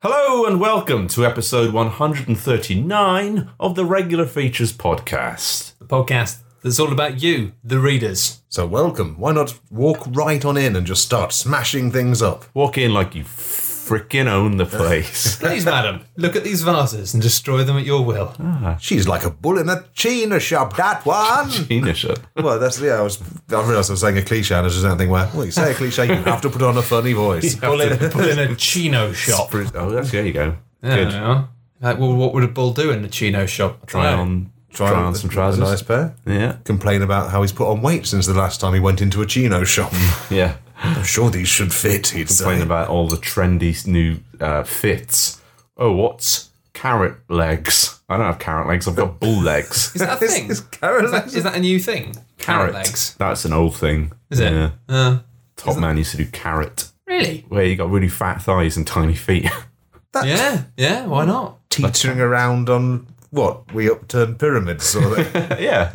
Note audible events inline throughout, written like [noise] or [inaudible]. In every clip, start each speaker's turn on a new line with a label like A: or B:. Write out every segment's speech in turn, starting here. A: Hello and welcome to episode 139 of the Regular Features Podcast.
B: The podcast that's all about you, the readers.
C: So welcome. Why not walk right on in and just start smashing things up?
A: Walk in like you frickin' own the
B: [laughs]
A: place.
B: Please, madam, look at these vases and destroy them at your will.
C: She's like a bull in a china shop, that one.
A: Genius. uh,
C: well, that's yeah. I was. I realised I was saying a cliche, and I was just thinking, well, well, you say a cliche, you have to put on a funny voice. [laughs]
B: Pull in, pull in a chino shop.
A: Oh, that's, there you go.
B: Yeah,
A: Good.
B: yeah. Like, well, what would a bull do in a chino shop?
A: Try on, try on some trousers.
C: A nice pair.
A: Yeah,
C: Complain about how he's put on weight since the last time he went into a chino shop.
A: yeah.
C: [laughs] I'm sure these should fit. He'd
A: Playing [laughs]
C: say.
A: about all the trendy new uh, fits. Oh, what's carrot legs? I don't have carrot legs. I've got bull legs.
B: Is
C: [laughs]
B: that a thing?
C: It's carrot legs.
B: Is that a new thing? Carrot legs.
A: That's an old thing.
B: Is it?
A: Yeah.
B: Uh,
A: Top man used to do carrot,
B: really?
A: where you got really fat thighs and tiny feet. [laughs]
B: Yeah, yeah, why not?
C: teetering around on what we upturned pyramids [laughs] sort of thing.
A: Yeah.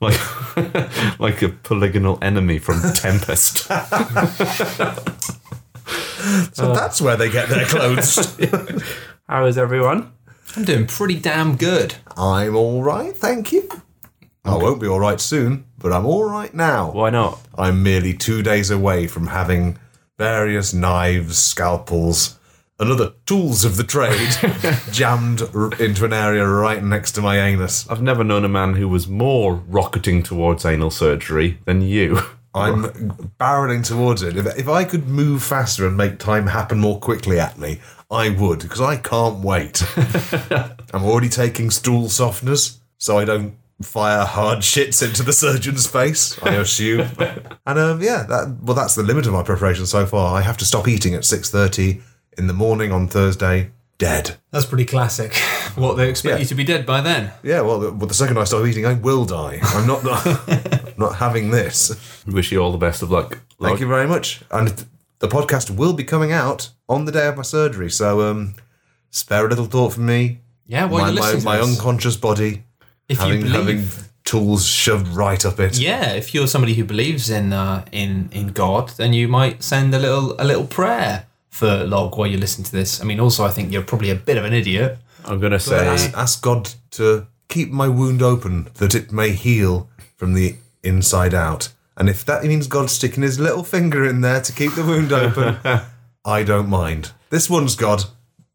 A: Like [laughs] like a polygonal enemy from
D: [laughs]
A: Tempest.
C: so that's where they get their clothes.
A: How is everyone?
B: I'm doing pretty damn good.
C: I'm all right, thank you. I won't be all right soon, but I'm all right now.
A: Why not?
C: I'm merely two days away from having various knives, scalpels, and other tools of the trade jammed r- into an area right next to my anus.
A: I've never known a man who was more rocketing towards anal surgery than you. [laughs]
C: I'm barreling towards it. If, if I could move faster and make time happen more quickly at me, I would, because I can't wait. I'm already taking stool softeners, so I don't fire hard shits into the surgeon's face, I assume. and um, yeah, that, well, that's the limit of my preparation so far. I have to stop eating at 6.30 in the morning on Thursday, dead.
B: That's pretty classic. What, they expect
C: Yeah.
B: you to be dead by then?
C: Yeah, well, the, well, the second I stop eating, I will die. I'm not, [laughs] not, not having this.
A: We Wish you all the best of luck.
C: Thank you very much. And th- the podcast will be coming out on the day of my surgery, so um, spare a little thought for me.
B: Yeah, while
C: my
B: you're
C: my,
B: listening
C: my
B: to this,
C: unconscious body
B: if you
C: having
B: believe
C: having tools shoved right up it.
B: yeah, if you're somebody who believes in uh, in in God, then you might send a little a little prayer for Log while you listen to this. I mean, also I think you're probably a bit of an idiot. [laughs]
A: I'm gonna say
C: Ask, ask God to keep my wound open that it may heal from the inside out. And if that means God sticking his little finger in there to keep the
B: [laughs]
C: wound open, I don't mind. This one's God.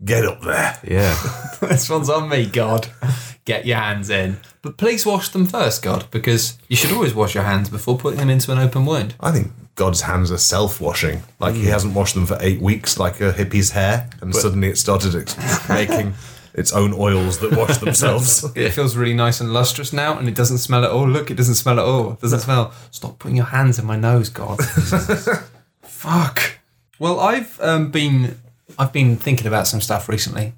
C: Get up there.
D: [laughs]
A: Yeah.
B: this one's on me, God. [laughs] Get your hands in, but please wash them first, God, because you should always wash your hands before putting them into an open wound.
C: I think God's hands are self washing. Like he hasn't washed them for eight weeks, like a hippie's hair, and suddenly it started ex- making its own oils that wash themselves.
B: It feels really nice and lustrous now, and it doesn't smell at all. Look, it doesn't smell at all. It doesn't smell. Stop putting your hands in my nose, God. Fuck. Well, I've um, been I've been thinking about some stuff recently.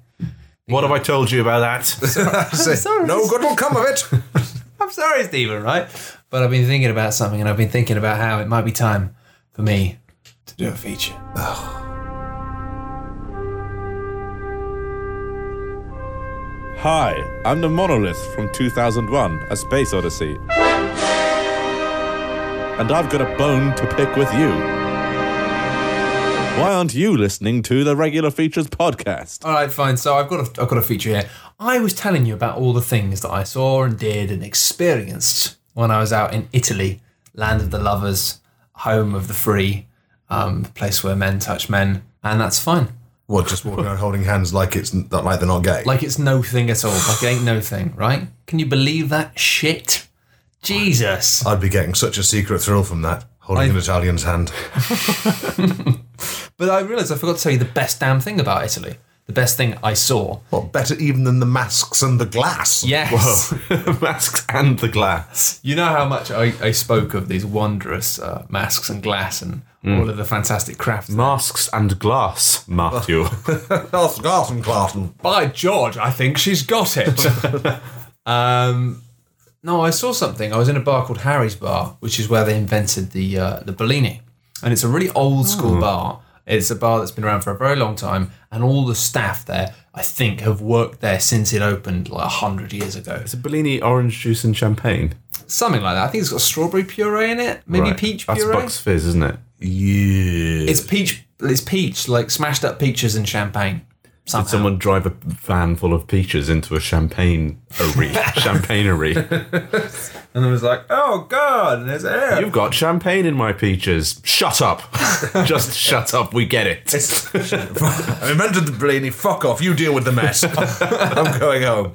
A: What have I told you about that?
C: Say,
B: sorry.
C: No good will come of it.
B: I'm sorry, Stephen, right? But I've been thinking about something and I've been thinking about how it might be time for me to do a feature.
D: Hi, I'm the Monolith from 2001, A Space Odyssey. [laughs] And I've got a bone to pick with you. Why aren't you listening to the Regular Features
A: [laughs]
D: podcast?
B: All right, fine. So I've got a, I've got a feature here. I was telling you about all the things that I saw and did and experienced when I was out in Italy, land of the lovers, home of the free, um, place where men touch men, and that's fine.
C: What, just walking around holding hands like it's n- like they're not gay?
B: Like it's no thing at all. Like it ain't no thing, right? Can you believe that shit? Jesus.
C: I'd be getting such a secret thrill from that. Holding an Italian's hand.
B: But I realised I forgot to tell you the best damn thing about Italy. The best thing I saw.
C: What, better even than the masks and the glass?
B: Yes.
A: [laughs] Masks and the glass.
B: You know how much I, I spoke of these wondrous uh, masks and glass and
A: Mm.
B: all of the fantastic crafts.
A: Masks and
D: [laughs]
A: glass, Matthew.
C: Glass, glass and glass and
B: By George, I think she's
A: [laughs]
B: got it. um, no, I saw something. I was in a bar called Harry's Bar, which is where they invented the uh, the Bellini, and it's a really old school
A: Oh.
B: bar. It's a bar that's been around for a very long time, and all the staff there, I think, have worked there since it opened like hundred years ago.
A: It's a Bellini orange juice and champagne.
B: something like that. I think it's got strawberry puree in it, maybe
A: Right.
B: peach
A: That's
B: puree.
A: Bucks Fizz, isn't it?
C: Yeah.
B: It's peach. It's peach, like smashed up peaches and champagne. Somehow.
A: Did someone drive a van full of peaches into a champagne champagnery?
B: And I was like, oh god, there's air.
A: You've got champagne in my peaches. Shut up. [laughs] Just shut up. We get it.
C: I invented the Blaney. Fuck off. You deal with the mess. I'm going home.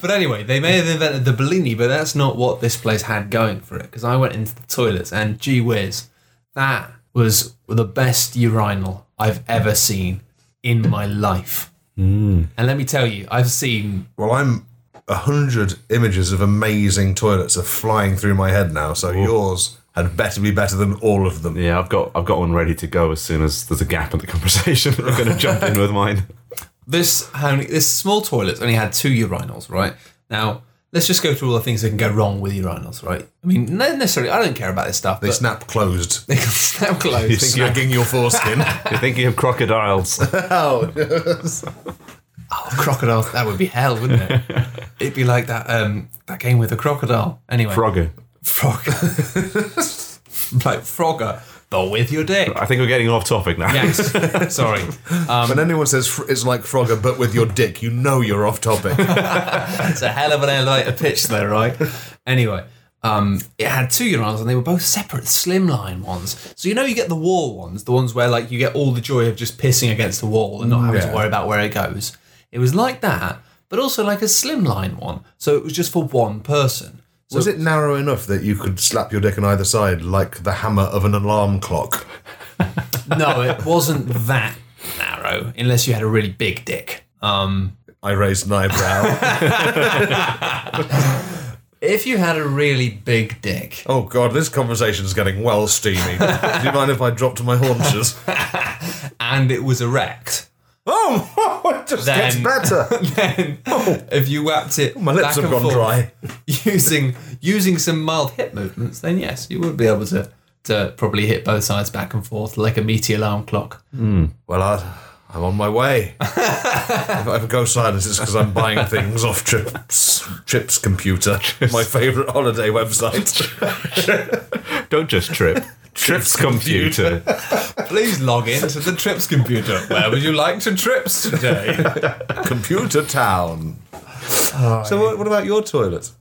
B: But anyway, they may have invented the Bellini, but that's not what this place had going for it. Because I went into the toilets, and gee whiz, that was the best urinal I've ever seen in my life.
A: Mm.
B: And let me tell you, I've seen
C: Well, I'm a hundred images of amazing toilets are flying through my head now. So yours had better be better than all of them.
A: Yeah, I've got I've got one ready to go as soon as there's a gap in the conversation. [laughs] I'm going to jump in with mine.
B: this how many- this small toilet only had two urinals, right? Now let's just go through all the things that can go wrong with urinals, right? I mean, not necessarily. I don't care about this stuff.
C: They
B: but
C: snap closed,
B: [laughs] they can snap close.
C: snagging
B: [laughs]
C: your foreskin.
A: You're thinking of crocodiles.
B: "Oh, crocodile that would be hell wouldn't it it'd be like that um that game with the crocodile anyway
A: Frogger.
B: frog [laughs] like frogger but with your dick
A: I think we're getting off topic now.
B: yes sorry Um,
C: when anyone says fr- it's like Frogger, but with your dick, you know you're off topic.
B: it's a hell of an elevator pitch though right anyway um it had two urinals and they were both separate slimline ones so you know you get the wall ones the ones where like you get all the joy of just pissing against the wall and not having to
C: Yeah.
B: worry about where it goes it was like that but also like a slimline one so it was just for one person [laughs] so
C: Was it narrow enough that you could slap your dick on either side like the hammer of an alarm clock?
B: no, it wasn't that narrow, unless you had a really big dick. Um,
C: I raised an eyebrow.
B: if you had a really big dick,
C: oh god, this conversation's getting well [laughs] steamy. Do you mind if I drop to my haunches?
B: and it was erect,
C: [laughs]
B: [laughs]
C: Oh, [laughs] it just gets
B: Then- [laughs]
C: better.
B: then if you whapped it,
C: My lips
B: back
C: have
B: and
C: gone
B: forth
C: dry.
B: [laughs] Using using some mild hip movements, then yes, you would be able to to probably hit both sides back and forth like a meaty alarm clock.
C: Well, I, I'm on
B: [laughs]
C: my way. if I ever go silent, it's because I'm buying things off Trips, Trips Computer, my favourite
B: [laughs]
C: holiday website.
A: [laughs] Don't just trip. Trips computer.
B: Please log in to the trips computer. Where would you like to trips [laughs] today?
C: Computer Town. so, what, what about your toilet?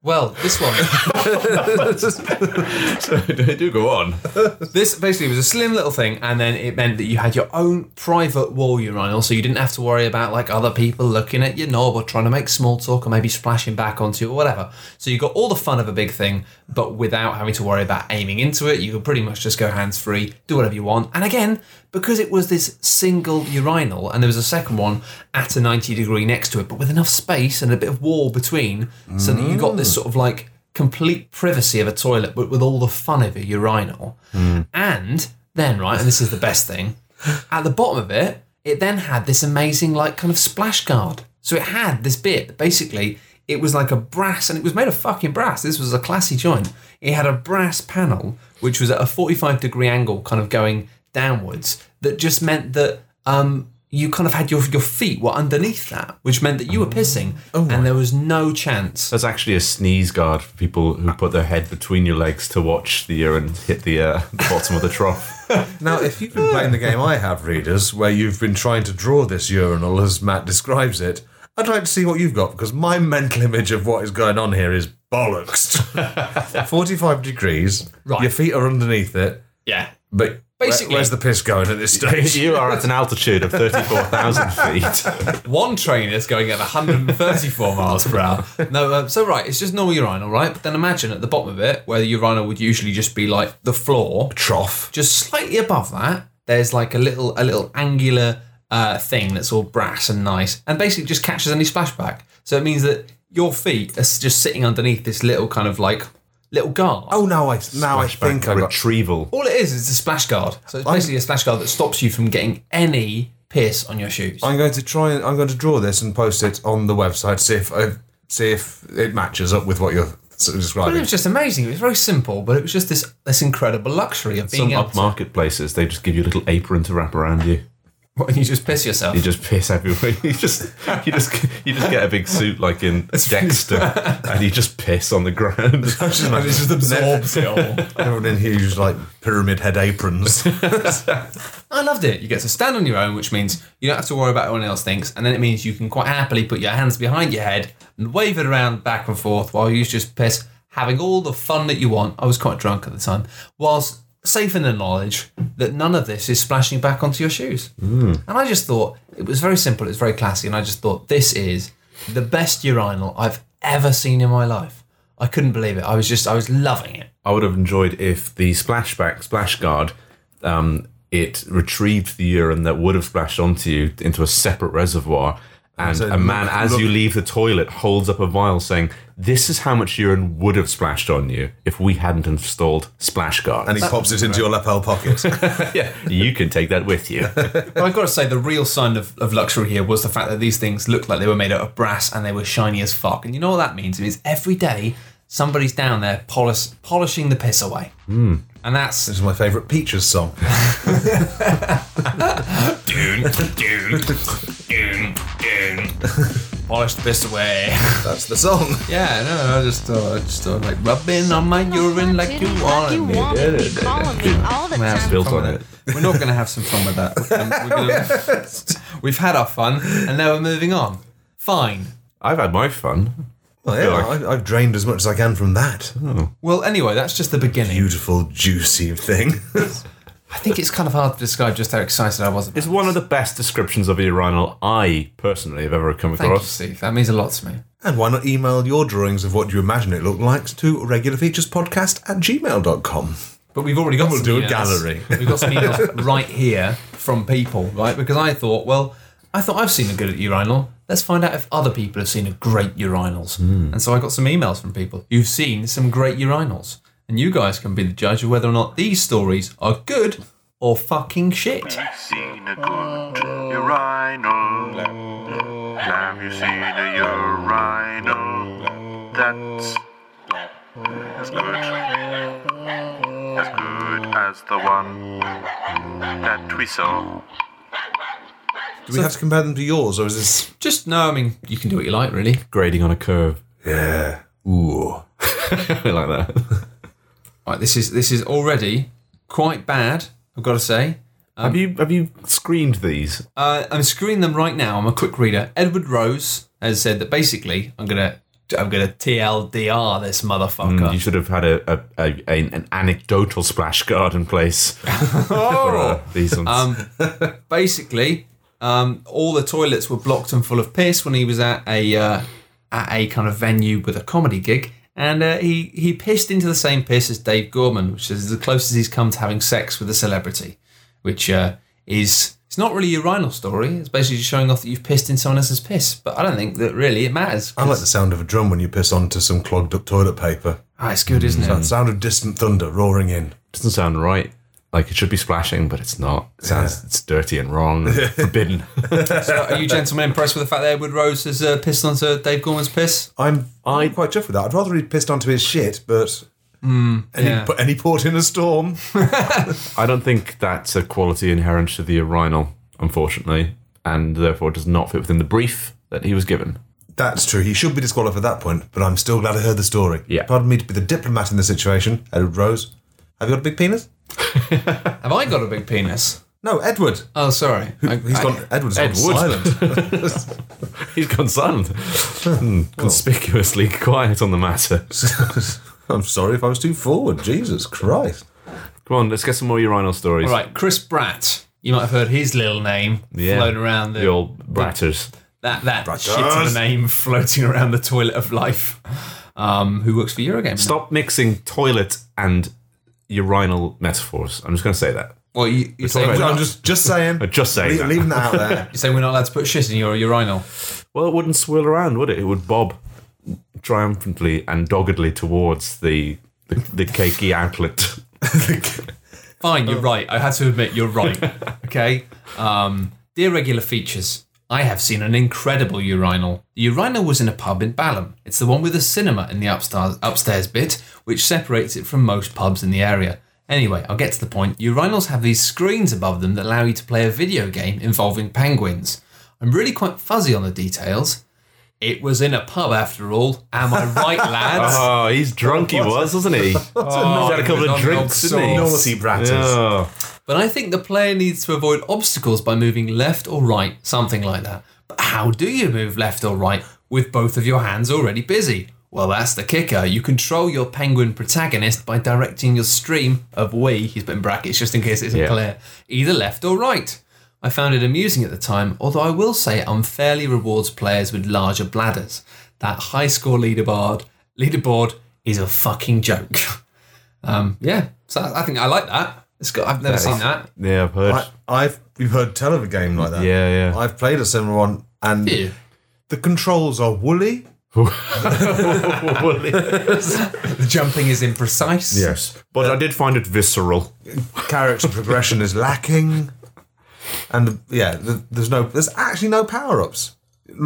B: well, this one. [laughs]
A: they [laughs] do go on.
B: This basically was a slim little thing, and then it meant that you had your own private wall urinal, so you didn't have to worry about like other people looking at your knob or trying to make small talk or maybe splashing back onto you or whatever. So you got all the fun of a big thing, but without having to worry about aiming into it. You could pretty much just go hands free, do whatever you want. And again, because it was this single urinal, and there was a second one at a 90 degree next to it, but with enough space and a bit of wall between, so that you got this sort of like complete privacy of a toilet, but with all the fun of a urinal. And then, right, and this is the best thing, at the bottom of it, it then had this amazing, like, kind of splash guard. So it had this bit that basically it was like a brass, and it was made of fucking brass. This was a classy joint. It had a brass panel, which was at a 45 degree angle, kind of going downwards, that just meant that um, you kind of had your, your feet were underneath that, which meant that you were pissing, and there was no chance.
A: That's actually a sneeze guard for people who put their head between your legs to watch the urine hit the, uh, the bottom of the trough.
C: Now, if you've been playing the game I have, readers, where you've been trying to draw this urinal as Matt describes it, I'd like to see what you've got because my mental image of what is going on here is bollocks. 45 degrees,
B: Right.
C: your feet are underneath it,
B: Yeah.
C: but
B: Basically-
C: Basically, where's the piss going at this stage?
A: [laughs] You are at an altitude of
C: [laughs]
A: 34,000 feet.
B: one train is going at 134 miles per hour. No, uh, so right, it's just normal urinal, right? But then imagine at the bottom of it, where the urinal would usually just be like the floor,
C: Trough.
B: just slightly above that, there's like a little a little angular uh, thing that's all brass and nice, and basically just catches any splashback. So it means that your feet are s- just sitting underneath this little kind of like little guard.
C: Oh, now I now I think I got.
A: Retrieval.
B: All it is is a splash guard. So it's basically a splash guard that stops you from getting any piss on your shoes.
C: I'm going to try and I'm going to draw this and post it on the website. See if I, see if it matches up with what you're sort
B: But
C: of
B: it
C: describing.
B: was just amazing. It was very simple, but it was just this this incredible luxury of being
A: Some
B: able to
A: upmarket places, they just give you a little apron to wrap around you.
B: What, you just piss yourself?
A: You just piss everywhere. [laughs] You just you just you just get a big suit like in Dexter, and you just piss on the ground.
C: [laughs]
B: [laughs] and it just absorbs it all.
C: Everyone in here used like pyramid head aprons.
B: I loved it. You get to stand on your own, which means you don't have to worry about what anyone else thinks, and then it means you can quite happily put your hands behind your head and wave it around back and forth while you just piss, having all the fun that you want. I was quite drunk at the time, whilst safe in the knowledge that none of this is splashing back onto your shoes. And I just thought it was very simple, it was very classy, and I just thought this is the best urinal I've ever seen in my life. I couldn't believe it. I was just, I was loving it.
A: I would have enjoyed if the splashback splash guard, um, it retrieved the urine that would have splashed onto you into a separate reservoir. And
C: So
A: a man,
C: look-
A: as
C: look-
A: you leave the toilet, holds up a vial saying, "This is how much urine would have splashed on you if we hadn't installed splash guard."
C: and he pops it into your lapel pocket.
A: yeah, you can take that with
C: [laughs]
A: you.
B: But I've got to say, the real sign of, of luxury here was the fact that these things looked like they were made out of brass and they were shiny as fuck. And you know what that means? It means every day somebody's down there polish, polishing the piss away. And that's
C: This is my favourite Peaches song.
B: polish the piss away.
C: That's the song.
B: [laughs] yeah, no, I just uh, I just uh, like rubbing on my urine like you wanted me. That's
A: Built on it.
B: We're not going to have some fun with [laughs] that. Um, We're gonna, [laughs] we've had our fun and now we're moving on. Fine.
A: I've had my fun.
C: Well, yeah,
A: Like-
C: I, I've drained as much as I can from that.
B: Well, anyway, that's just the beginning.
C: Beautiful, juicy thing. [laughs]
B: I think it's kind of hard to describe just how excited I was. About
A: It's one of the best descriptions of a urinal I personally have ever come
B: Thank you,
A: across.
B: Steve. That means a lot to me.
C: and why not email your drawings of what you imagine it looked like to regularfeaturespodcast at gmail.com?
B: But we've already got
C: we'll
B: some
C: do a
B: emails.
C: gallery.
B: We've got some [laughs] emails right here from people, right? Because I thought, well, I thought I've seen a good urinal. Let's find out if other people have seen a great urinals. And so I got some emails from people who've seen some great urinals. And you guys can be the judge of whether or not these stories are good or fucking shit.
E: seen a good urinal? Have you seen a urinal? That's as good. As good as the one that we saw.
C: Do we have to compare them to yours, or is this.
B: Just, no, I mean, you can do what you like, really.
A: Grading on a curve. [laughs]
C: Yeah. Ooh.
A: I like that.
B: Right, this is this is already quite bad, I've got to say.
A: have you have you screened these?
B: Uh, I'm screening them right now. I'm a quick reader. Edward Rose has said that basically, I'm gonna, I'm gonna TLDR this motherfucker.
A: Mm, You should have had a, a, a, a- an anecdotal splash guard in place.
B: [laughs] Oh!
A: for, uh, these ones.
B: Um, Basically, um, all the toilets were blocked and full of piss when he was at a, uh, at a kind of venue with a comedy gig, and uh, he he pissed into the same piss as Dave Gorman, which is the closest he's come to having sex with a celebrity, which uh, is. It's not really a urinal story. It's basically just showing off that you've pissed in someone else's piss. But I don't think that really it matters.
C: I like the sound of a drum when you piss onto some clogged up toilet paper.
B: Ah, it's good, isn't it?
C: The sound of distant thunder roaring in.
A: doesn't sound right. Like it should be splashing, but it's not. It sounds it's dirty and wrong,
B: [laughs]
A: and forbidden.
B: Are you gentlemen impressed with the fact that Edward Rose has uh, pissed onto Dave Gorman's piss?
C: I'm I'm quite chuffed with that. I'd rather he'd pissed onto his shit, but. and,
B: yeah.
C: he, but and he poured in a storm.
A: I don't think that's a quality inherent to the urinal, unfortunately, and therefore does not fit within the brief that he was given.
C: That's true. He should be disqualified at that point, but I'm still glad I heard the story.
A: Yeah.
C: Pardon me to be the diplomat in this situation, Edward Rose. Have you got a big penis?
B: Have I got a big penis?
C: No, Edward.
B: Oh, sorry. I,
C: He's
B: I-
C: gone. Edward's
A: Ed Wood.
C: gone silent.
A: He's gone
B: [laughs]
A: silent, Hmm, conspicuously quiet on the matter. [laughs]
C: [laughs] I'm sorry if I was too forward. Jesus Christ.
A: Come on, let's get some more urinal stories.
B: All right, Chris Bratt. You might have heard his little name
A: Yeah.
B: floating around the,
A: The old bratters.
B: that that shit of a name [laughs] floating around the toilet of life. Um, who works for Eurogame?
A: Stop mixing toilet and urinal metaphors. I'm just going to say that.
B: Well, you, you're, saying
A: talking
B: we're
A: about-
B: not,
C: I'm just just saying.
A: [laughs] Just saying
C: Le-
A: that.
C: leaving that
A: [laughs]
C: out there.
B: you're saying we're not allowed to put shit in your urinal.
A: Well, it wouldn't swirl around, would it? It would bob triumphantly and doggedly towards the the, the cakey outlet.
B: Fine, you're right. I had to admit, you're right. Okay. Um, dear regular features, I have seen an incredible urinal. The urinal was in a pub in Balham. It's the one with a cinema in the upstairs, upstairs bit, which separates it from most pubs in the area. Anyway, I'll get to the point. Urinals have these screens above them that allow you to play a video game involving penguins. I'm really quite fuzzy on the details. It was in a pub after all. Am I right, lads?
A: Oh, he's drunk. He was, wasn't he?
B: Oh,
A: he's had a couple of
B: naughty
A: drinks,
B: old
A: didn't he?
C: Naughty bratters.
A: Yeah.
B: But I think the player needs to avoid obstacles by moving left or right, something like that. But how do you move left or right with both of your hands already busy? Well, that's the kicker. You control your penguin protagonist by directing your stream of we, he's put in brackets just in case it isn't
A: Yeah.
B: clear, either left or right. I found it amusing at the time, although I will say it unfairly rewards players with larger bladders. That high score leaderboard leaderboard is a fucking joke. [laughs] Um, yeah, so I I think I like that. It's got, I've never seen that.
A: Yeah, I've heard. [laughs]
C: I, I've we've heard tell of a game like that.
A: Yeah, yeah.
C: I've played a similar one, and
B: Yeah.
C: the controls are woolly.
B: The jumping is imprecise.
A: yes, but I did find it visceral.
C: Character progression is lacking, and yeah, th there's no there's actually no power ups.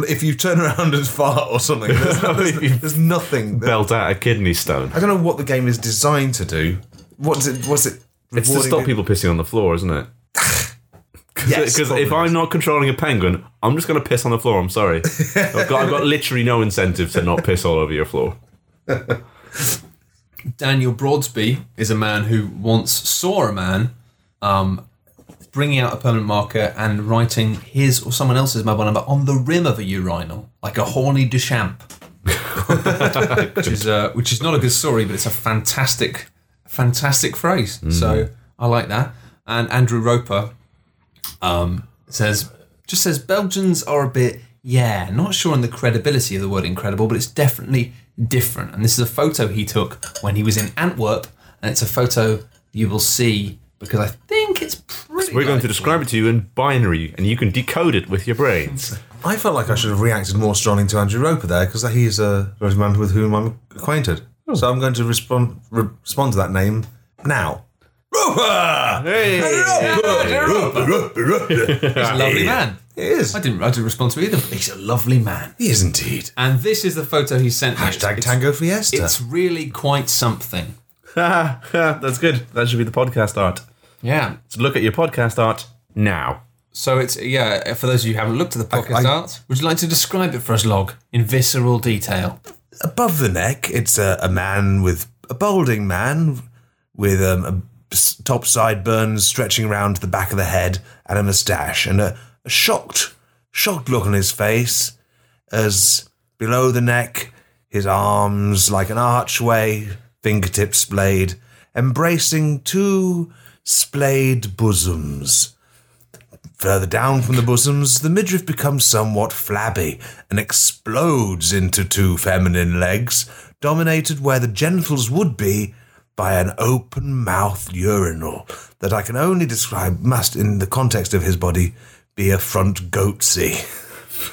C: If you turn around as far or something,
A: [laughs]
C: there's, there's, there's nothing.
A: Belt out a kidney stone.
C: I don't know what the game is designed to do. What's it? What's it?
A: It's to
C: rewarding
A: stop
C: it-
A: people pissing on the floor, isn't it?
C: Yes,
A: Because if
C: probably.
A: I'm not controlling a penguin, I'm just going to piss on the floor. I'm [laughs] sorry. I've got, I've got literally no incentive to not piss all over your floor.
B: Daniel Broadsby is a man who once saw a man um, bringing out a permanent marker and writing his or someone else's mobile number on the rim of a urinal, like a horny Duchamp. which is uh, which is not a good story, but it's a fantastic, fantastic phrase. So I like that. And Andrew Roper um, says just says Belgians are a bit yeah, not sure on the credibility of the word incredible, but it's definitely different. And this is a photo he took when he was in Antwerp, and it's a photo you will see because I think it's pretty.
A: We're going to
B: likely.
A: describe it to you in binary, and you can decode it with your brains.
C: I felt like I should have reacted more strongly to Andrew Roper there because he is a man with whom I'm acquainted.
A: Oh.
C: So I'm going to respond re- respond to that name now. Roper!
A: Hey! [laughs]
B: [laughs]
C: Roper, Roper, Roper.
B: He's a lovely man.
C: he is.
B: I didn't. I didn't respond to either. But he's a lovely man.
C: He is indeed.
B: And this is the photo he sent. me.
C: Hashtag
B: It's-
C: Tango Fiesta.
B: It's really quite something.
A: That's good. That should be the podcast art.
B: Yeah.
A: So look at your podcast art now.
B: So it's yeah. For those of you who haven't looked at the podcast
C: I-
B: art, would you like to describe it for us, Log, in visceral detail?
C: Above the neck, it's a, a man with a balding man with um, a s- top sideburns stretching around to the back of the head and a moustache and a, a shocked, shocked look on his face. As below the neck, his arms like an archway, fingertips splayed, embracing two splayed bosoms. Further down from the bosoms, the midriff becomes somewhat flabby and explodes into two feminine legs, dominated where the genitals would be by an open mouthed urinal that I can only describe must, in the context of his body, be a front goatsy.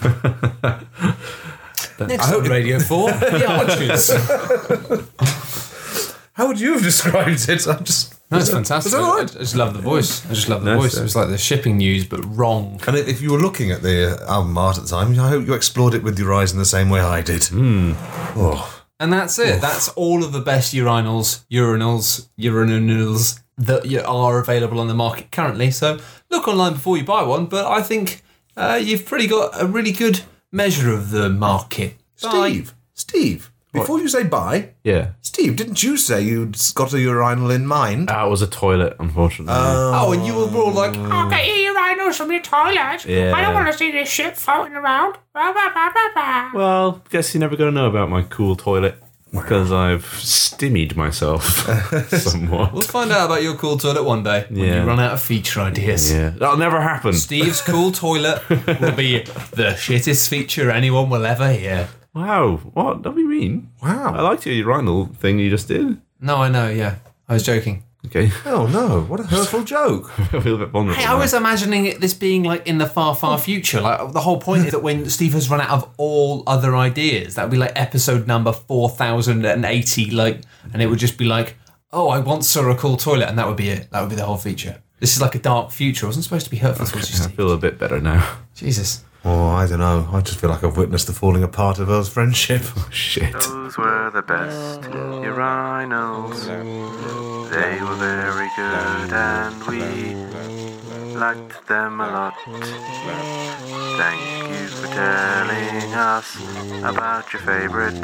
B: [laughs] Next on Radio
C: [laughs]
B: 4, The Archers.
C: How would you have described it? I'm just.
B: That's fantastic. I just love the voice. I just love the voice. It was like the shipping news, but wrong.
C: And if you were looking at the album art at the time, I hope you explored it with your eyes in the same way I did.
A: Hmm.
C: Oh.
B: And that's it. That's all of the best urinals, urinals, urinals that you are available on the market currently. So look online before you buy one, but I think uh, you've pretty got a really good measure of the market. Bye.
C: Steve, Steve, before you say bye,
A: Yeah.
C: Steve, didn't you say you'd got a urinal in mind?
A: That was a toilet, unfortunately.
B: Oh, and you were all like, "Ah,
F: I'll get your urinals from your toilet. I
A: Yeah.
F: don't want to see this shit floating around. Ba, ba, ba, ba, ba.
A: well, guess you're never going to know about my cool toilet because I've stimmied myself [laughs] somewhat. [laughs]
B: we'll find out about your cool toilet one day when
A: Yeah.
B: you run out of feature ideas.
A: Yeah. That'll never happen.
B: Steve's cool toilet will be the shittest feature anyone will ever hear.
A: Wow. What? What do you mean?
C: Wow.
A: I liked your urinal thing you just did.
B: No, I know, yeah. I was joking.
A: Okay.
C: Oh no, what a hurtful joke.
A: [laughs] I feel a bit vulnerable.
B: Hey, I
A: now.
B: was imagining it, this being like in the far, far future. Like the whole point is that when Steve has run out of all other ideas, that would be like episode number 4080, like, and it would just be like, oh, I once saw a cool toilet, and that would be it. That would be the whole feature. This is like a dark future. I wasn't supposed to be hurtful towards you,
A: I
B: Steve.
A: feel a bit better now. [laughs]
B: Jesus.
C: Oh, I don't know. I just feel like I've witnessed the falling apart of our friendship. [laughs]
A: Shit.
E: Those were the best urinals. They were very good and we liked them a lot. Thank you for telling us about your favorite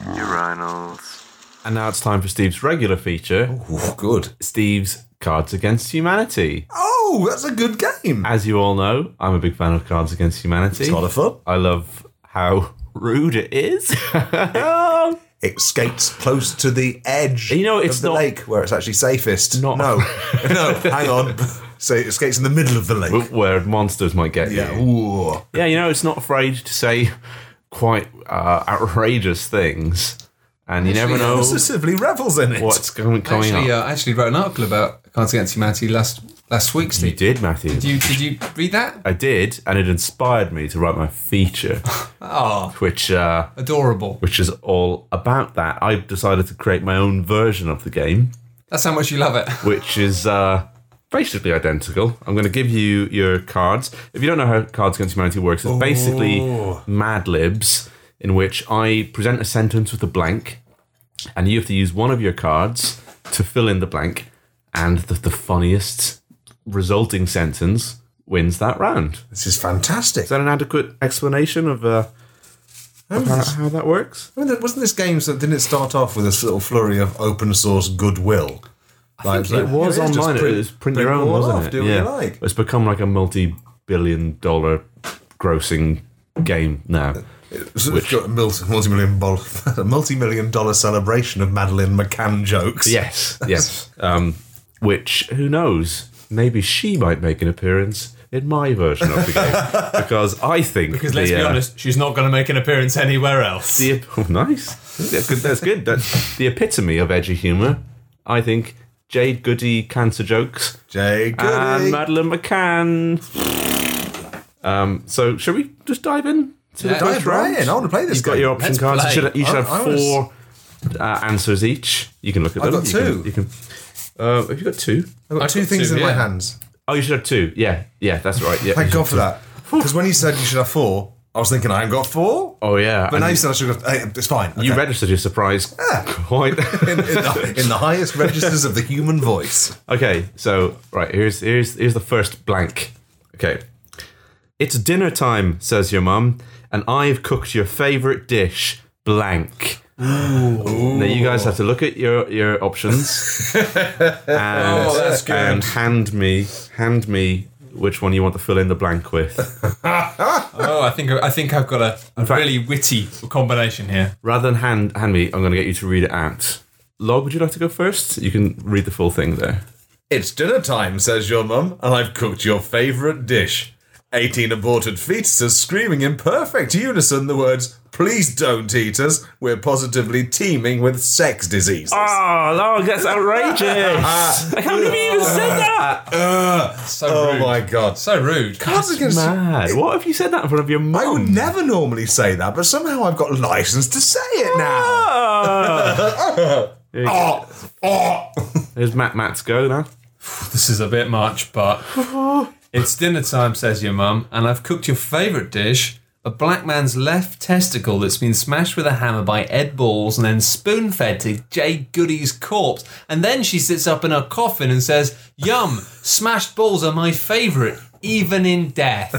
E: urinals.
A: And now it's time for Steve's regular feature
C: Ooh, Oh, good.
A: Steve's Cards Against Humanity.
C: Oh, that's a good game.
A: As you all know, I'm a big fan of Cards Against Humanity.
C: It's a lot of fun.
A: I love how rude it is. [laughs] it's
C: It skates close to the edge.
A: You know, it's
C: of the
A: not-
C: lake where it's actually safest.
A: Not- [laughs]
C: no, no. Hang on. [laughs] So it skates in the middle of the lake.
A: where monsters might get
C: Yeah.
A: you.
C: Ooh.
A: Yeah, you know, it's not afraid to say quite uh, outrageous things. And you never know
C: Possessively revels in it.
A: what's coming, coming
B: actually,
A: up.
B: uh, I actually wrote an article about Cards Against Humanity last last week,
C: uh,
A: You
B: Steve.
A: did, Matthew.
B: Did you, did you read that?
A: I did, and it inspired me to write my feature,
B: Oh,
A: which uh,
B: adorable.
A: which is all about that. I decided to create my own version of the game,
B: That's how much you love [laughs] it.
A: which is uh, basically identical. I'm going to give you your cards. If you don't know how Cards Against Humanity works, it's basically Mad Libs, in which I present a sentence with a blank, and you have to use one of your cards to fill in the blank, and the, the funniest resulting sentence wins that round. Is
C: This is fantastic.
A: that an adequate explanation of uh, how, how that works?
C: I mean, there- wasn't this game so didn't it start off with this little flurry of open source goodwill? Like,
A: It was
C: just
A: online. it was print, your own,
C: one
A: wasn't
C: off,
A: it?
C: Do what
A: yeah.
C: you like.
A: It's become like a multi-billion-dollar grossing game now.
C: So it's got a mil- multi-million, bol- a [laughs] multi-million dollar celebration of Madeline McCann jokes.
A: Yes, yes. Um, which who knows? Maybe she might make an appearance in my version of the game because I think
B: Because let's
A: the,
B: be
A: uh,
B: honest, she's not going to make an appearance anywhere else.
A: the ep- [laughs] oh, nice. Yeah, good- That's good. That's the epitome of edgy humor. I think Jade Goody cancer jokes
C: Jay
A: and
C: Goody.
A: Madeline McCann. Um, so shall we just dive in to
B: Yeah,
A: the first
C: Dive right
A: round?
C: in. I want to play this
A: You've got
C: game.
A: your option
B: Let's
A: cards. You
B: play.
A: should, you should
C: I-
A: have
C: I was-
A: four uh, answers each. You can look at
C: I've
A: them.
C: got
A: You can-
C: two.
A: You can. uh, have you got two?
C: I've got
B: I've
C: two
B: got
C: things
B: two,
C: in my
B: yeah.
C: hands.
A: Oh, you should have two. Yeah, yeah, that's right. Yeah.
C: Thank
A: you
C: God for
A: should have
C: that. Because when you said you should have four, I was thinking I ain't got four.
A: two. Oh yeah.
C: but Ah.
A: and
C: now you said I should have. Hey, it's fine.
A: you
C: okay.
A: registered your surprise quite. [laughs]
C: in, in the, in the highest registers of the human voice.
A: okay, so right here's here's here's the first blank. Okay, it's dinner time, says your mum, and I've cooked your favourite dish, blank. Now you guys have to look at your your
B: [laughs]
A: options and,
B: Oh, that's good.
A: and hand me hand me which one you want to fill in the blank with.
B: [laughs] Oh, I think I think I've got a, a really witty combination here.
A: Rather than hand hand me, I'm going to get you to read it out. Log, would you like to go first? You can read the full thing there.
C: It's dinner time, says your mum, and I've cooked your favourite dish. 18 aborted fetuses screaming in perfect unison the words, Please don't eat us, we're positively teeming with sex diseases.
A: Oh, Log, that's [laughs] outrageous! I can't believe you even said that.
B: So
C: oh
B: rude.
C: my god.
B: So rude.
C: Cards Against-
A: Mad. What have you said that in front of your mum?
C: I would never normally say that, but somehow I've got license to say it now.
A: Oh.
C: Oh, oh.
A: There's Matt. Matt's go now.
B: This is a bit much, [laughs] but it's dinner time, says your mum, and I've cooked your favourite dish. A black man's left testicle that's been smashed with a hammer by Ed Balls and then spoon fed to Jay Goody's corpse. And then she sits up in her coffin and says, Yum, smashed balls are my favourite, even in death.
A: Oh,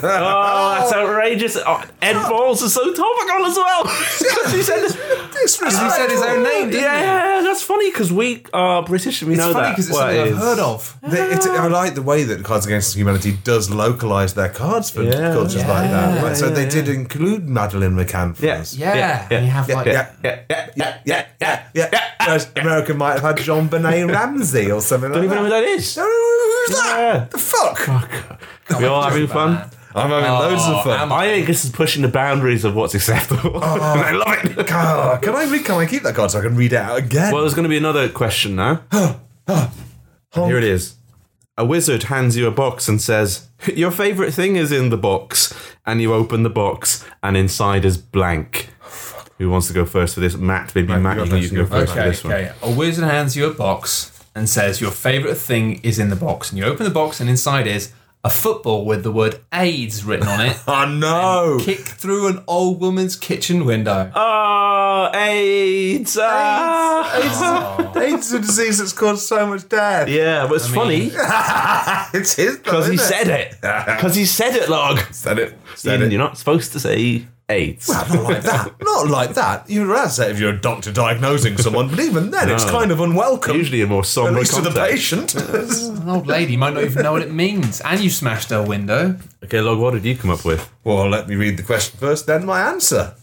A: that's outrageous! Oh, Ed Balls is so topical as
B: [laughs]
A: well. she said,
B: he said his own name, didn't he?
A: "Yeah, that's funny because we are British and we
B: It's
A: know
B: funny
A: that."
B: because it's
A: Well,
B: something I've
A: it's-
B: heard of.
C: They- it's- I like the way that Cards Against Humanity does localise their cards for
A: Yeah.
C: cultures like that. Like, so they did include Madeline McCann for
A: Yeah.
C: us.
B: Yeah.
A: Yeah, yeah,
B: and you have like
A: Yeah, yeah, yeah.
C: yeah, yeah, yeah, yeah. Whereas America might have had John
A: [laughs]
C: Benet Ramsey or something
A: Don't
C: like
A: even know who that is.
C: Don't even know who's
A: Yeah.
C: that. The fuck?
A: We all having fun.
C: I'm having loads of fun.
A: Oh, I think this is pushing the boundaries of what's acceptable.
B: Oh.
A: And [laughs] I love it.
C: God, can I read? Can I keep that card so I can read it out again?
A: Well, there's going to be another question now. And Here it is. A wizard hands you a box and says, [laughs] Your favourite thing is in the box. And you open the box, and inside is blank. Who wants to go first for this? Matt, maybe Matt,
C: you
A: you,
C: go
A: can, you
C: first,
A: can
C: you
A: go
C: go
A: first for
B: Okay,
A: this one.
B: okay. A wizard hands you a box and says your favorite thing is in the box, and you open the box, and inside is a football with the word AIDS written
A: [laughs]
B: on it
C: Oh no!
B: kicked through an old woman's kitchen window.
A: Oh, AIDS! ah.
C: AIDS is a disease that's caused so much
A: [laughs]
C: death.
A: Yeah, but it's funny
C: [laughs] It's his
A: because
C: though,
A: he
C: isn't
A: said it. Because he said it, log.
C: [laughs] Said it. Said
A: You're
C: it.
A: not supposed to say AIDS.
C: Not like
A: [laughs]
C: that. Not like that. You'd rather say if you're a doctor diagnosing someone, but even then, it's kind of unwelcome.
A: Usually a more
C: at
A: somber
C: least to the
A: context. [laughs]
C: patient.
B: An old lady might not even know what it means. And you smashed her window.
A: Okay, log. What did you come up with?
C: well, let me read the question first, then my answer.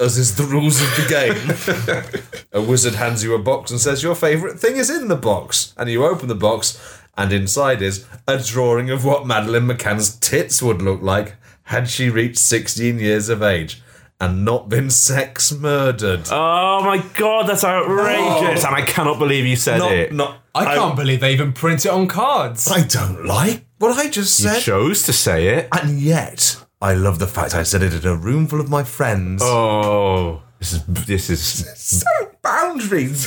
C: As is the rules of the game.
A: [laughs]
C: a wizard hands you a box and says your favourite thing is in the box, and you open the box, and inside is a drawing of what Madeline McCann's tits would look like had she reached 16 years of age and not been sex murdered.
A: Oh my god, that's outrageous! And I cannot believe you said
C: not,
A: it.
C: not,
B: I can't believe they even print it on cards.
C: I don't like what I just
A: you
C: said.
A: chose to say it.
C: And yet, I love the fact I said it in a room full of my friends.
A: Oh, this is this is.
C: So boundaries.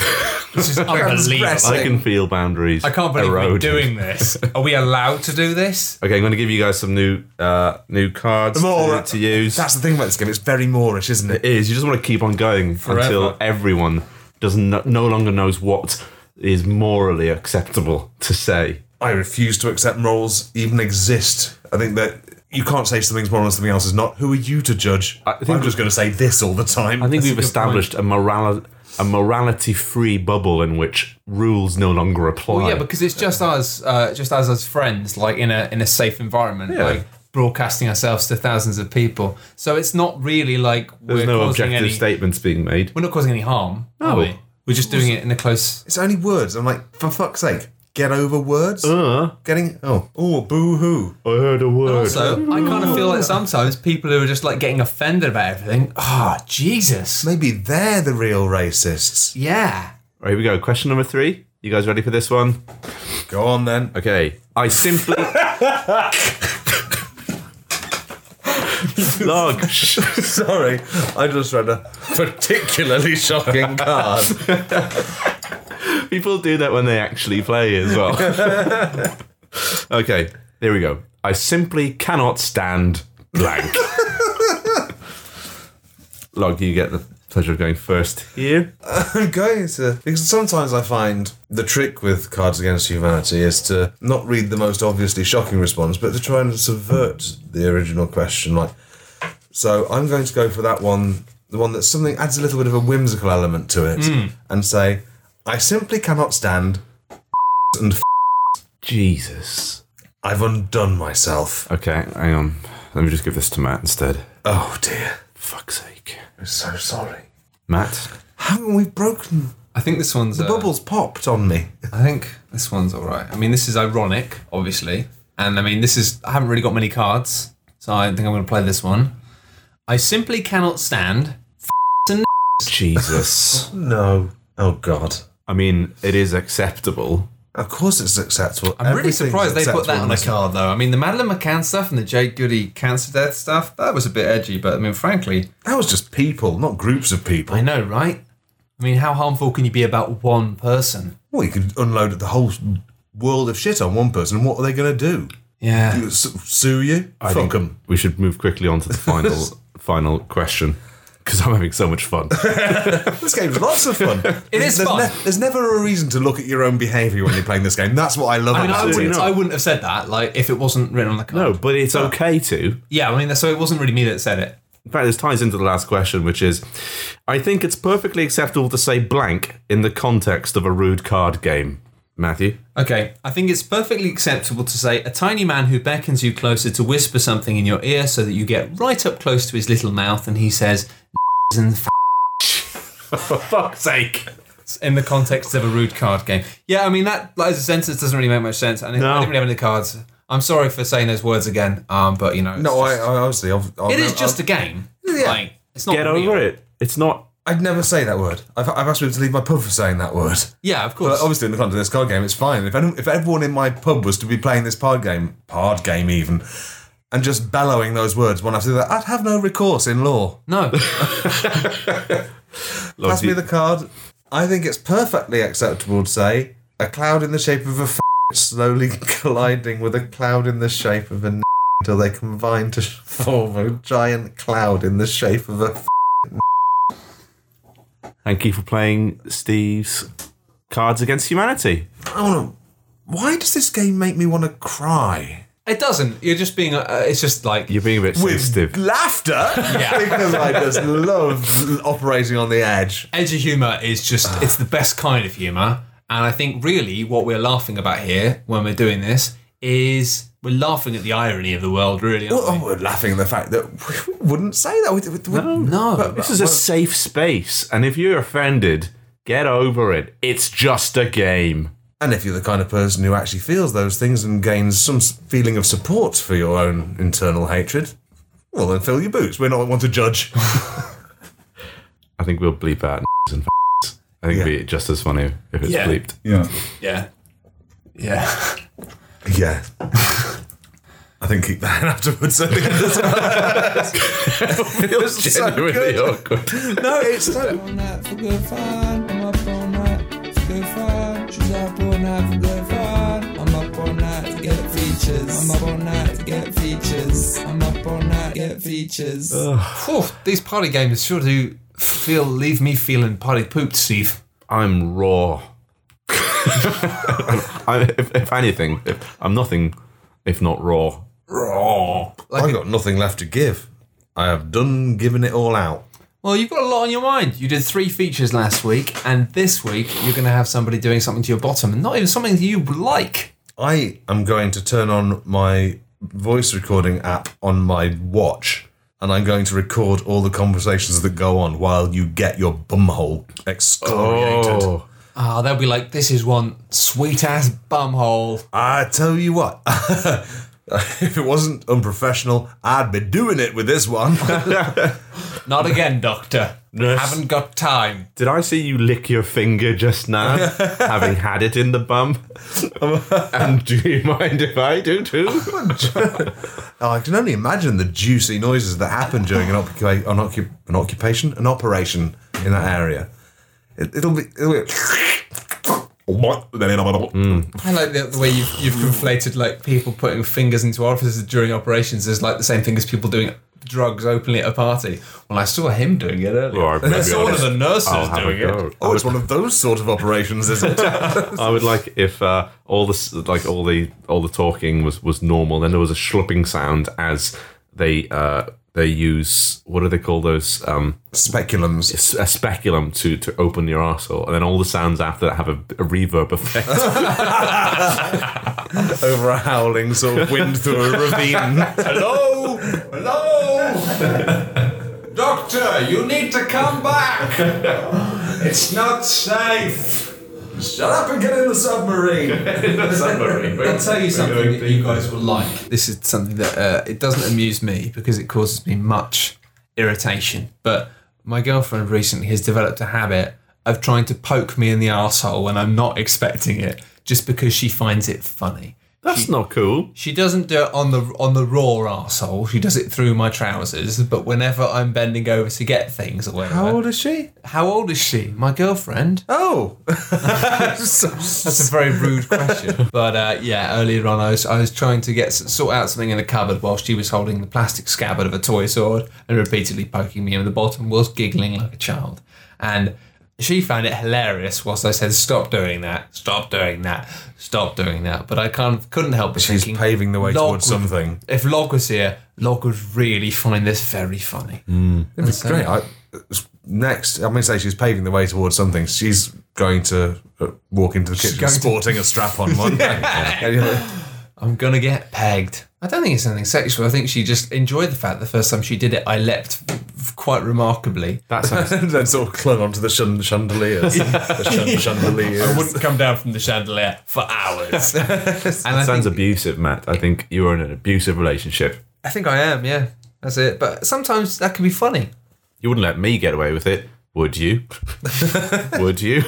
B: This is unbelievable.
C: Transgressive.
A: I can feel boundaries.
B: I can't believe we're
A: eroding.
B: doing this. Are we allowed to do this?
A: Okay, I'm going to give you guys some new uh, new cards
C: More-
A: to, to use.
C: That's the thing about this game. It's very Moorish, isn't
A: It
C: it?
A: is. You just want to keep on going until everyone doesn't kn- no longer knows what is morally acceptable to say.
C: I refuse to accept morals even exist. I think that you can't say something's moral and something else is not. Who are you to judge? I
A: think
C: am just going to say this all the time.
A: I think we've established a morality a morality free bubble in which rules no longer apply.
B: Well, yeah, because it's just us, uh, just as as friends, like in a in a safe environment, like broadcasting ourselves to thousands of people. So it's not really like
A: there's
B: we're
A: no
B: causing
A: objective
B: any.
A: statements being made.
B: We're not causing any harm, are
A: No.
B: we? We're just doing it in a close.
C: it's only words. I'm like, for fuck's sake, get over words. Uh. Getting oh oh boo hoo.
A: I heard a word.
B: So I kind of feel like sometimes people who are just like getting offended about everything. Ah, Jesus.
C: Maybe they're the real racists.
B: Yeah.
A: Right, here we go. Question number three. You guys ready for this one?
C: Go on then.
A: Okay. I simply. Log. Shh.
C: [laughs] Sorry, I just read a particularly shocking card.
A: People do that when they actually play as well. okay, there we go. I simply cannot stand blank. Log, you get the pleasure of going first here.
C: [laughs] I'm going to because sometimes I find the trick with Cards Against Humanity is to not read the most obviously shocking response, but to try and subvert the original question. Like, so I'm going to go for that one, the one that something adds a little bit of a whimsical element to it, and say, I simply cannot stand, and
A: Jesus.
C: I've undone myself.
A: Okay, hang on. Let me just give this to Matt instead.
C: Oh dear,
A: Fuck's sake.
C: I'm so sorry.
A: Matt?
C: Haven't we broken?
B: I think this one's
C: The
B: uh,
C: bubbles popped on me. [laughs]
B: I think this one's all right. I mean, this is ironic, obviously, and I mean, this is I haven't really got many cards, so I think I'm going to play this one. I simply cannot stand.
A: Jesus.
C: No. Oh God.
A: I mean, it is acceptable.
C: Of course, it's acceptable.
B: I'm really
C: Everything's
B: surprised they put
C: acceptable
B: that
C: in
B: on a
C: this
B: card, though. I mean, the Madeline McCann stuff and the Jade Goody cancer death stuff that was a bit edgy, but I mean, frankly,
C: That was just people, not groups of people.
B: I know, right? I mean, how harmful can you be about one person?
C: Well, you could unload the whole world of shit on one person. What are they going to do?
B: Yeah.
C: S- sue you? Fuck 'em. Fuck them.
A: We should move quickly on to the final [laughs] final question because I'm having so much fun.
C: This game's lots of
B: [laughs]
C: fun. it
B: is
C: there's
B: fun.
C: there's never a reason to look at your own behaviour when you're playing this game. That's what I love
B: I mean, I
C: about it.
B: wouldn't,
A: not.
B: I wouldn't have said that, like, if it wasn't written on the card.
A: No, but it's okay to.
B: Yeah, I mean, so it wasn't really me that said it.
A: In fact, this ties into the last question, which is I think it's perfectly acceptable to say blank in the context of a rude card game. Matthew?
B: Okay, I think it's perfectly acceptable to say a tiny man who beckons you closer to whisper something in your ear so that you get right up close to his little mouth and he says, [laughs] and f-
A: For fuck's sake.
B: in the context of a rude card game. Yeah, I mean, that, that as a sentence doesn't really make much sense. And I didn't really have any cards. I'm sorry for saying those words again, um, but you know. it's
C: No, I,
B: just-
C: I honestly, I've, I've
B: it is
C: never-
B: just a
C: I've,
B: game.
C: Yeah.
B: Like, it's not
A: Get
B: real.
A: over it. It's not.
C: I'd never say that word. I've, I've asked people to leave my pub for saying that word.
B: Yeah, of
C: But
B: course.
C: obviously, in the context of this card game, it's fine. If anyone, if everyone in my pub was to be playing this card game, card game even, and just bellowing those words one after the other, I'd have no recourse in law.
B: no.
A: Log,
C: Pass me
A: do,
C: the card. I think it's perfectly acceptable to say a cloud in the shape of a f- slowly [laughs] colliding with a cloud in the shape of a until they combine to form a giant cloud in the shape of a.
A: Thank you for playing Steve's Cards Against Humanity.
C: I wanna, Oh, why does this game make me want to cry?
B: It doesn't. You're just being. Uh, it's just like
A: You're being a bit sensitive.
C: laughter? [laughs] because I just love operating on the edge.
B: edge of humor is
A: Ah.
B: just. it's the best kind of humor, and I think really what we're laughing about here when we're doing this is we're laughing at the irony of the world. Really, aren't
C: Oh, we're laughing at the fact that we wouldn't say that. We- we- we-
B: we? no.
A: This is a safe space, and if you're offended, get over it. It's just a game.
C: And if you're the kind of person who actually feels those things and gains some s- feeling of support for your own internal hatred, well, then fill your boots. We're not one to judge.
A: I think we'll bleep out [laughs] and I think it'd be just as funny if it's
B: Yeah.
A: bleeped.
D: Yeah.
B: yeah, yeah.
C: yeah. [laughs] I think keep that in afterwards. I think that's
A: Feels [laughs]
C: so
A: genuinely
C: good.
A: awkward.
C: no, it's so.
B: Phew, these party games sure do feel leave me feeling party pooped, Steve.
A: I'm raw. [laughs] I, if, if anything, if, I'm nothing if not raw.
C: I got nothing left to give. I have done giving it all out.
B: Well, you've got a lot on your mind. You did three features last week, and this week you're going to have somebody doing something to your bottom, and not even something you like.
C: I am going to turn on my voice recording app on my watch and I'm going to record all the conversations that go on while you get your bumhole excoriated.
A: Oh.
B: Ah, they'll be like, "This is one sweet ass bumhole."
C: I tell you what, [laughs] if it wasn't unprofessional, I'd be doing it with this one.
B: Not again, Doctor.
A: Yes.
B: Haven't got time.
A: Did I see you lick your finger just now, having had it in the bum? and do you mind if I do too?
C: I can only imagine the juicy noises that happen during an, occupa- an, occup- an occupation, an operation in that area. It, it'll be. It'll be [laughs]
B: I like the, the way you've, you've conflated like people putting fingers into orifices during operations is like the same thing as people doing drugs openly at a party. Well, I saw him doing it earlier.
A: Or maybe
B: [laughs] I saw
A: I'll
B: one of
A: just-
B: the nurses
A: I'll have
B: doing
A: a
B: it.
A: go.
C: Oh, it's one of those sort of operations, is it?
A: I would like if uh, all the s- like all the all the talking was was normal. Then there was a schlupping sound as they uh, they use what do they call those um,
C: [laughs] Speculums.
A: s- a speculum to to open your arsehole, and then all the sounds after that have a, a reverb effect.
C: over a howling sort of wind through a [laughs] ravine.
B: Hello, hello, doctor, you need to come back. It's not safe.
C: Shut up and get in the submarine. [laughs]
B: I'll tell you something that you guys will like. This is something that uh, it doesn't amuse me because it causes me much irritation. But my girlfriend recently has developed a habit of trying to poke me in the asshole when I'm not expecting it, just because she finds it funny.
A: That's not cool.
B: She doesn't do it on the on the raw arsehole. She does it through my trousers. But whenever I'm bending over to get things or whatever,
C: How old is she?
B: How old is she? My girlfriend?
C: Oh,
B: That's a very rude question. [laughs] but uh, yeah, earlier on, I was, I was trying to get sort out something in a cupboard while she was holding the plastic scabbard of a toy sword and repeatedly poking me in the bottom, whilst giggling like a child. And she found it hilarious whilst I said, "Stop doing that! Stop doing that! Stop doing that!" But I kind of couldn't help but
C: she's
B: thinking,
C: paving the way
B: Log
C: towards
B: would-
C: something.
B: If Log was here, Log would really find this very funny.
C: It'd be great. I, next, I'm going to say she's paving the way towards something. She's going to uh, walk into the kitchen
B: going to-
C: sporting a strap on [laughs] one day. And you're like,
B: I'm gonna get pegged. I don't think it's anything sexual. I think she just enjoyed the fact the first time she did it, I leapt f- quite remarkably.
A: That sounds.
C: [laughs] and then sort of clung onto the shun- chandeliers. the shun- chandeliers.
B: wouldn't come down from the chandelier for hours. [laughs] and I
A: Sounds
B: think,
A: abusive, Matt. I think you are in an abusive relationship.
B: I think I am, yeah. That's it. But sometimes that can be funny.
A: You wouldn't let me get away with it, would you? would you?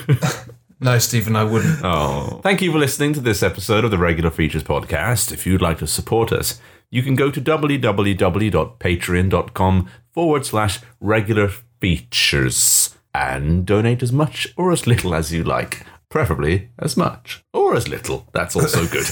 B: No, Stephen, I wouldn't.
A: Oh. Thank you for listening to this episode of the Regular Features Podcast. If you'd like to support us, you can go to www.patreon.com forward slash regular features and donate as much or as little as you like. preferably as much or as little. That's
C: [laughs]
A: also good.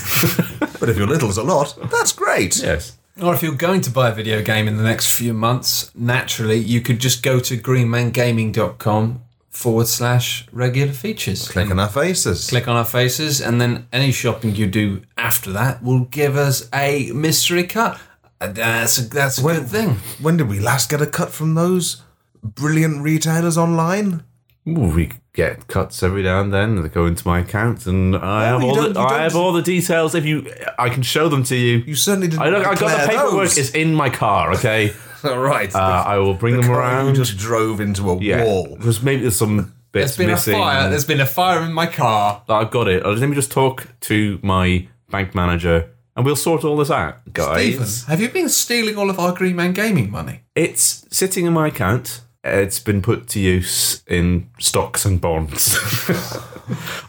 C: But if your little's a lot, that's great.
A: [laughs] yes.
B: Or if you're going to buy a video game in the next few months, naturally, you could just go to greenmangaming.com forward slash regular features.
C: Click on our faces.
B: Click on our faces, and then any shopping you do after that will give us a mystery cut. And That's a, that's a good thing.
C: When did we last get a cut from those brilliant retailers online?
A: Ooh, we get cuts every now and then that go into my account, and I have
C: you
A: all
C: don't-
A: the
C: you
A: I have
C: don't-
A: all the details. If you, I can show them to you.
C: You certainly didn't.
A: I, don't, I got the
C: declare
A: paperwork.
C: those.
A: It's in my car. Okay.
C: All right.
A: Uh, I will bring
C: the
A: them
C: car You
A: around.
C: just drove into a
A: yeah.
C: wall.
A: Because maybe there's some bits
B: There's been
A: missing.
B: a fire. There's been a fire in my car.
A: I've got it. Uh, Let me just talk to my bank manager, and we'll sort all this out, guys.
B: Stephen, have you been stealing all of our Green Man Gaming
A: [laughs]
B: money?
A: It's sitting in my account. It's been put to use in stocks and bonds. [laughs]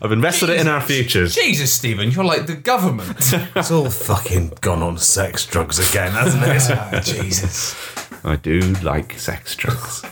A: I've invested it in our futures.
B: Jesus, Stephen, you're like the government.
C: It's all fucking gone on
A: [laughs]
C: sex drugs again, hasn't it?
B: Jesus.
A: I do like sex drugs.